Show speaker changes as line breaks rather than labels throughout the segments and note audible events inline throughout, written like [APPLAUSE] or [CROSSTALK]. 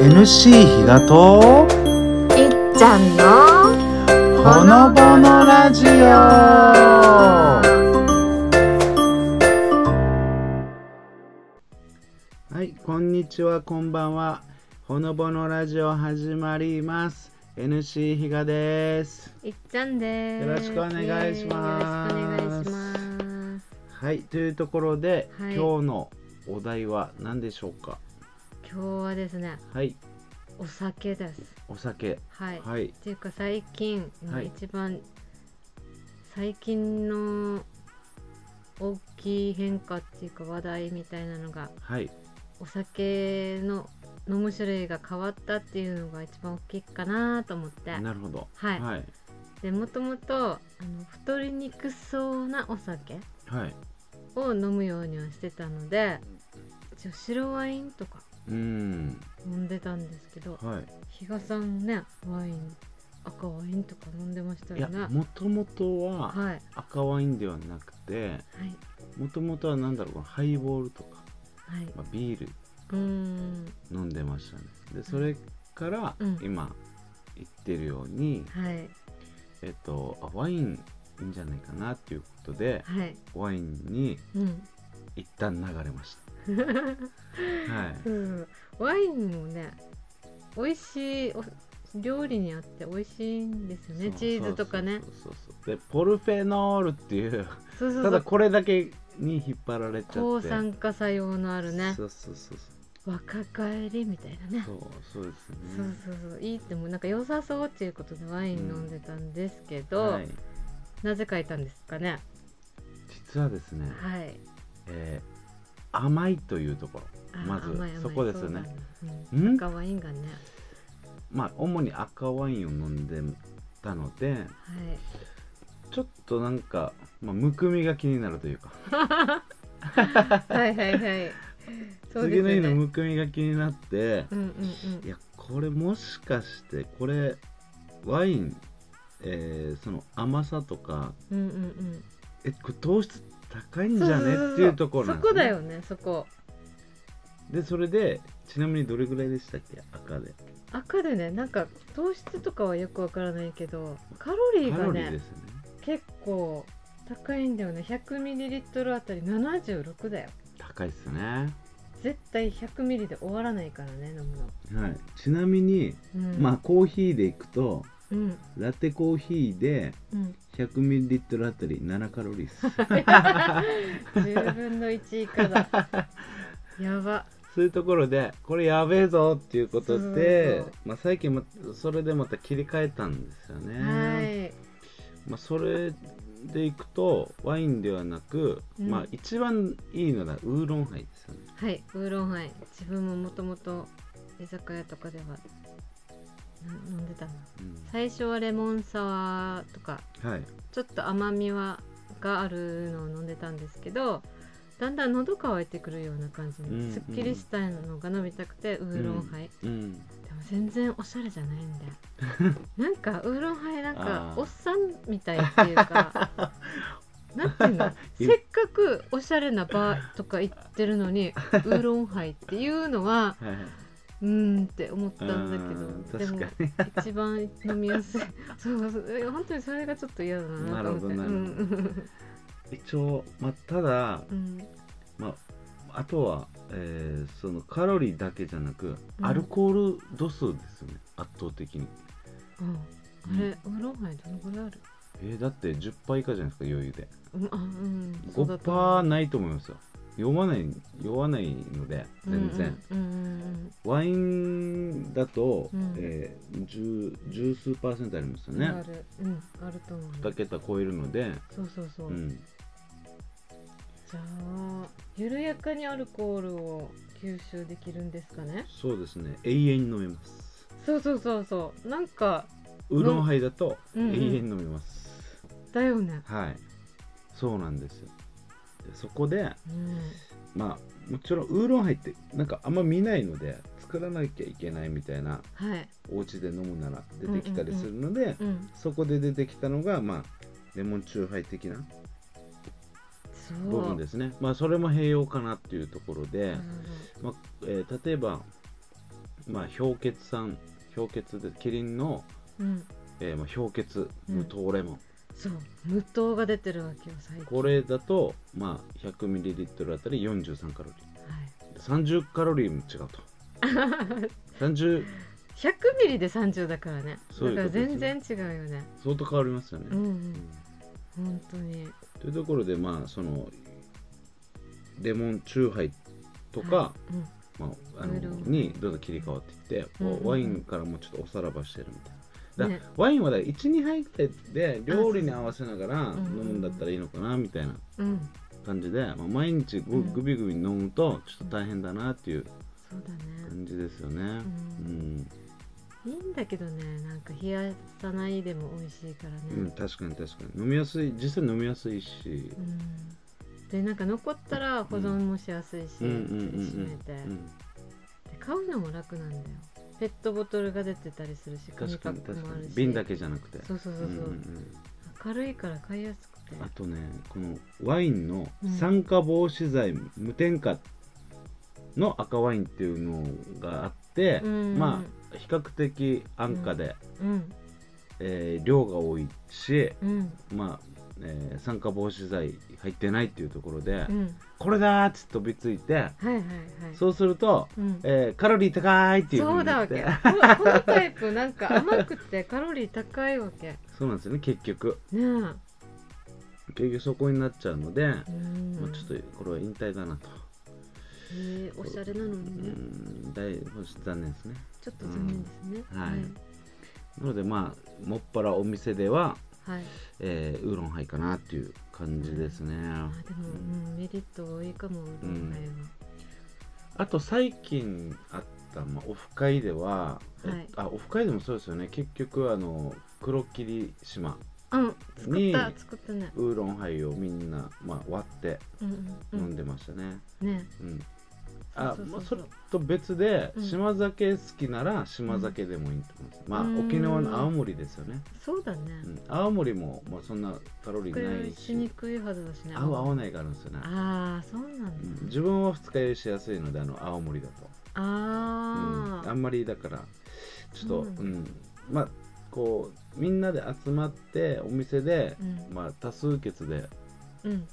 MC 比嘉と
いっちゃんの
ほのぼのラジオはいこんにちはこんばんはほのぼのラジオ始まります MC 比嘉です
いっちゃんです
よろしくお願いします
イエーイよろしくお願いします
はいというところで、
はい
今日のお題は何でしょうか
今日はですね
はい
お酒です
お酒
はい、
はい
っていうか最近、
はい
一番最近の大きい変化っていうか話題みたいなのが
はい
お酒の飲む種類が変わったっていうのが一番大きいかなと思って
なるほど
はい
はい
でもともとあの太りにくそうなお酒
はい
を飲むようにはしてたので一応白ワインとか
うーん
飲んでたんですけど
はい
比嘉さんねワイン赤ワインとか飲んでました
いや
よね
もともと
はい
は
はい
赤ワインではなくてもともとはなんだろうこのハイボールとか、
はいう
まあ、ビール
ーん
飲んでましたねでそれから
うん
今言ってるように、
はい
えっとあワインいいんじゃないかなっていうことで
はい
ワインに
うん、
一旦流れま
[LAUGHS]
したはいう
ん、ワインもね美味しいお料理にあって美味しいんですよね
そう
チーズとかね
そうそうそうでポルフェノールっていう
そうそ
た
うそ
だ
う
これだけに引っ張られちゃって
抗酸化作用のあるね
そうそうそうそう
若返りみたいなね
そうそうですね
そうそうそういいってもなんか良さそうっていうことでワイン飲んでたんですけど、
はい、
なぜ書いたんですかね
実はですね、
はい
えー甘いというところ
あ
まず
甘い甘い
そこですよね
そうなんだ
ん
うん、赤ワインがね
まあ主に赤ワインを飲んでたので
はい
ちょっとなんか、まあ、むくみが気になるというか [LAUGHS]
はいはいはい。そう
次
です
の日の
ね。
むくみが気になって、
うんうん
いやこれもしかしてこれワイン、えーその甘さとか
うん。うんうん
えこれ糖質高い
うんん。
じゃねっていうところな
そ
んです
こだよね、そこ。
でそれでちなみにどれぐらいでしたっけ赤で
赤でね、なんか糖質とかはよくわからないけど、カロリー
カロ
が
リーで
ね、
すね
結構高いんだよね。100ミリリットルあたり76だよ。
高いっすね
絶対100ミリで終わらないからね、飲むの。
はい、ちなみに、
うん、
まあ、コーヒーでいくと
うん
ラテコーヒーで
うん、
100ミリリットルあたり7カロリーっす
10分の1以下だやば
[LAUGHS] そういうところでこれやべえぞっていうことで
そうそう
まあ、最近まそれでまた切り替えたんですよね、
はい
まあ、それでいくとワインではなく、
うん
まあ、一番いいのがウーロンハイですよね
はい、ウーロンハイ。自分ももともと居酒屋とかではな飲んでたの。
うん
最初はレモンサワーとか、
はい
ちょっと甘みはがあるのを飲んでたんですけど、だんだん喉乾いてくるような感じに、
うんうん
すっきりしたいのが飲みたくてウーロンハイ、
うん
でも全然おしゃれじゃないんで
[LAUGHS]
なんかウーロンハイなんか
あー
おっさんみたいっていうか
[LAUGHS]
なんていうのせっかくおしゃれなバーとか行ってるの
[LAUGHS]
にウーロンハイっていうのは
はいはいう
ーんって思った
うん
んだけどで
確
も
かに
一番飲み
[LAUGHS]
やすいそうそうえ本当にそれがちょっと嫌だなと思って
なるほどなる
うん
一応、まあ、ただ
うん
まあ、あとは、えーそのカロリーだけじゃなく
うん
アルコール度数ですよね、圧倒的に、
うんあれウーロンハイどのぐらいある
えーだって10杯以下じゃないですか余裕で
うんあうんそうだと思う
5%ないと思いますよ酔わない酔わないので全然、
うんうん
ワインだと、
うん
えー十十数パーセントありますよ
うんうんあ
ね
るうんあると思う
2桁超えるので、
そうそうそう、
うん、
じゃあ緩やかにアルコールを吸収できるんですかね
そうですね永遠に飲めます
そうそうそうそうなんか
ウーロンハイだと
う
永
んうん
遠に飲めます、
だよね
はいそうなんですよでそこで
うん
まあもちろんウーロンハイってなんかあんま見ないので作らなきゃいけないみたいな
はい
お家で飲むなら出てきたりするので、
うん
そこで出てきたのがまあレモンチューハイ的な
そう
部分ですねまあそれも併用かなっていうところで、
うん
まあえー例えばまあ、氷結さん氷結でキリンの、
うん、
えーまあ、氷結無糖レモン、
そう無糖が出てるわけよ最近
これだと、まあ、100ml あたり43カロリ
はい
ー30カロリーも違う
[LAUGHS]
と30
100ミリで30だからね
そういうこ
だ
と
か
です
ら
ね
全然違うよね
相当変わりますよね、
うんう
うん
ん本当に
というところでまあそのレモンチューハイとか、
はいうん
まあ、あ
ウ
の
ーロン
にどんどん切り替わっていって、
うんうんうん
ワインからもちょっとおさらばしてるみたいなだ、
ね
ワインはだ12杯ぐらいで料理に合わせながら飲
うそう
むんだったらいいのかなみたいな
うん
感じで、まあ、毎日
う
グ
ん
グビグビ飲むとちょっと大変だなっていう
そうだね
感じですよね、う
うん
ん
いいんだけどねなんか冷やさないでも美味しいからね
うん確かに確かに飲みやすい実際飲みやすいし
う、んでなんか残ったら保存もしやすいし、
うん、うんうん
引き締めて、
うんうん
で買うのも楽なんだよペットボトルが出てたりするし紙
確か
パ
に
ック
確
も
か
ある
に
し
瓶だけじゃなくて
そうそうそうそう、
うんうんうん
軽いから買いやすくて
あとねこのワインの
うん
酸化防止剤無添加の赤ワインっていうのがあって、
うん
まあ比較的安価で、
うん
えー量が多いし、
うん
まあえー酸化防止剤入ってないっていうところで、
うん
これだーっつって飛びついて
はいはいはい
そうすると、
うん
えーカロリー高いっていう
そ
風
う
に
だ
なっ
わ
て
け
[LAUGHS]
ここのタイプなんか甘くてカロリー高いわけね
そうなんですよね結局
えうん
結局そこになっちゃうので、もうちょっ
へ
とこれは引退だなと。
えおしゃれなのにね、
うんだい残念ですね
ちょっと残念ですね、
うんはいなのでまあもっぱらお店では、
はい、
えーウーロンハイかなっていう感じですね、
あでも、うん、メリット多いかもうどんは
あと最近あった、まあ、オフ会では、え
はい
あオフ会でもそうですよね結局あの黒霧島
うん作っ
ね
た作ったね
ウーロンハイをみんな、まあ、割って
うんう
飲
んうん
んでましたね
ね
うん、あ
そう
まあ
そう
そ
そう
れ
そう
と別で、
うん
島酒好きなら島酒でもいいと思います、まあ
うん
沖縄の青森ですよね、
そうだね、
うん、青森も、まあ、そんなカロリ
作
ーな
り
い
しに
し
くいはずだしね
合う合わないがあるんですよね
ああそうなん
うん
だ、
自分は二日酔いしやすいのであの青森だと
あ
うん、
ー、
あんまりだからちょっと、う
うんん
まあこうみんなで集まってお店で
う、ん
まあ、多数決で、
うん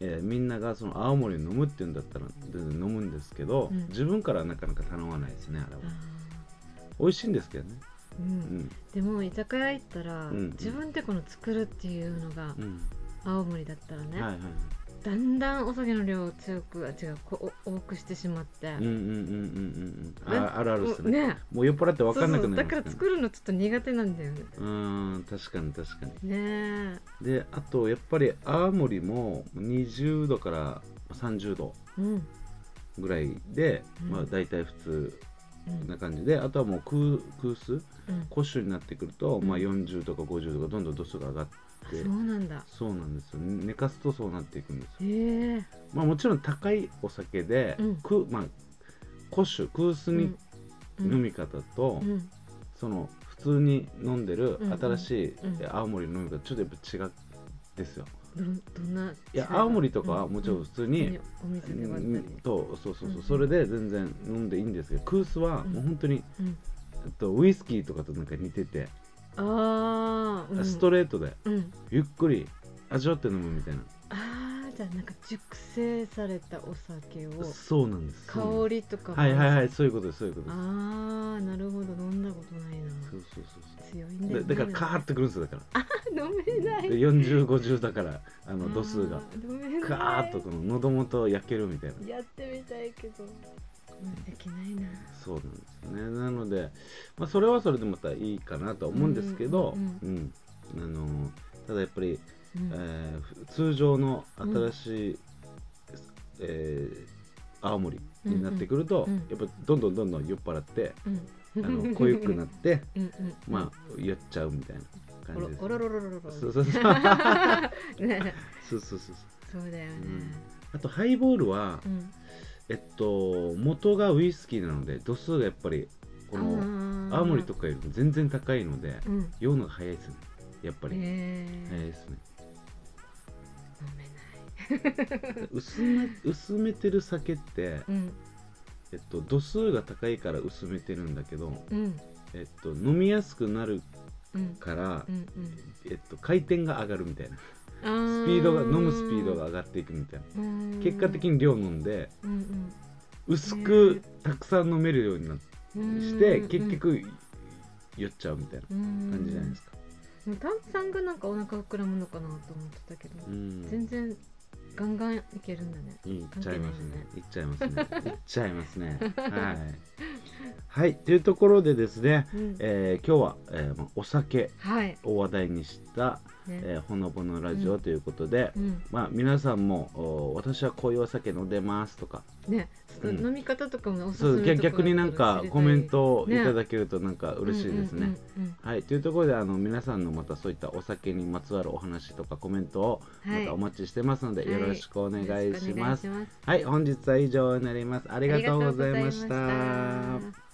えーみんながその青森を飲むっていうんだったら全然飲むんですけど、
うん
自分からはなかなか頼まないですねあれは
あ
美味しいんですけどね
ーう
うんん
でも居酒屋行ったら、
うん
自分でこの作るっていうのが
うん、
青森だったらね、
はいはいはい
だんだんお酒の量を強くあ違うこお多くしてしまって、
うんうんうんうんうんうんああるあるです
もう
ね
ね
もう酔っ払って分かんなくなり
そうそうだ
ま
か
す
ら作るのちょっと苦手なんだよね
うーん確かに確かに
ねえ
であとやっぱり青森も20度から30度
うん
ぐらいで、
うん
まあ大体普通
うん
な感じであとはもう空空数
うん
古種になってくると、
うん
まあ、40とか50とかどんどん度数が上がって
あそうなんだ
そうなんですよ寝かすとそうなっていくんですよ、
へえ
まあ、もちろん高いお酒で、
うん
くまあ、古酒空数に
うん
飲み方と、
うん
その普通に飲んでる
うんうん
新しい
うん
青森の飲み方ちょっとやっぱ違うですよ
どんどんない
や青森とかはもちろん
う
普通に、
うんお店で割ったり
とそうそうそう、
うん
それで全然飲んでいいんですけどクースは
うん
もう本当に、
うん
えっとウイスキーとかとなんか似てて、
ああ、うん、
ストレートで
うん
ゆっくり味わって飲むみたいな
ああじゃあなんか熟成されたお酒を
そうなんです
香
そう
りとかも
なんですはいはいはいそういうことですそういうことです
ああなるほど飲んだことないな
そうそうそう
強いんだ
そう
よ
でだからカー
ッ
ってくるんですよだから
[LAUGHS] 飲めない
で4050だからあの度数が
あー飲めない
カーッとこの喉元焼けるみたいな
やってみたいけどできないな
そうなんですよねなので、まあ、それはそれでまたいいかなとは思うんですけど、
うん
うんあのただやっぱり、
うん
えーふ通常の新しい、えー青森になってくると、
うんうん
やっぱどんどんどんどん酔っ払って、
うん
あの濃ゆくな
[LAUGHS]
って
うんうん
まあ酔っちゃうみたいな感じです、
おろおろろろろろ
そうそうそう [LAUGHS]
ね
そうそうそうそう
そうだよね
あとハイボールは、
うん
えっと元がウイスキーなので度数がやっぱりこの、青森と
か
かよりも全然高いので、
うん
酔うのが早いですねやっぱり、
へ
早い
え
ですね
飲めない
薄め薄めてる酒って
うん
えっと、度数が高いから薄めてるんだけど、
うん
えっと、飲みやすくなる
うん
から
う、んうん
えっと、回転が上がるみたいな
スピー
スピードが飲むスピードが上がっていくみたいな結果的
に、
に量飲んで
うん
薄くたくさん飲めるようになっ
うん、
して
うん
結、局酔っちゃうみたいな
感
感じじゃないですか、
でも炭酸がなんかお腹膨らむのかなと思ってたけど、
うん、
全然ガンガンいけるんだね
いっちゃいます
[LAUGHS]
ね。いっちゃいますね。いっちゃいますね。はい。はい。というところでですね、
うん
えー今日は、えーまあお酒
はい
を話題にした、
ね、
えーほのぼのラジオということで、
うん
まあ皆さんもお私はこういうお酒飲んでますとか、
ね、
うん
飲み方とかもおすす
そ
め
う
とかあったら
逆になんかコメントをい
ね
ただけるとなんか嬉しいですね。
うんうんうん
はい、というところであの皆さんのまたそういったお酒にまつわるお話とかコメントを
は
ま
い
たお待ちしてますので、
はい
よろしくお願い
よろ
し
くお
ま
願
す。はい、本日は以上になります。ありがとうございまし
ありがとうござい
た
ま。した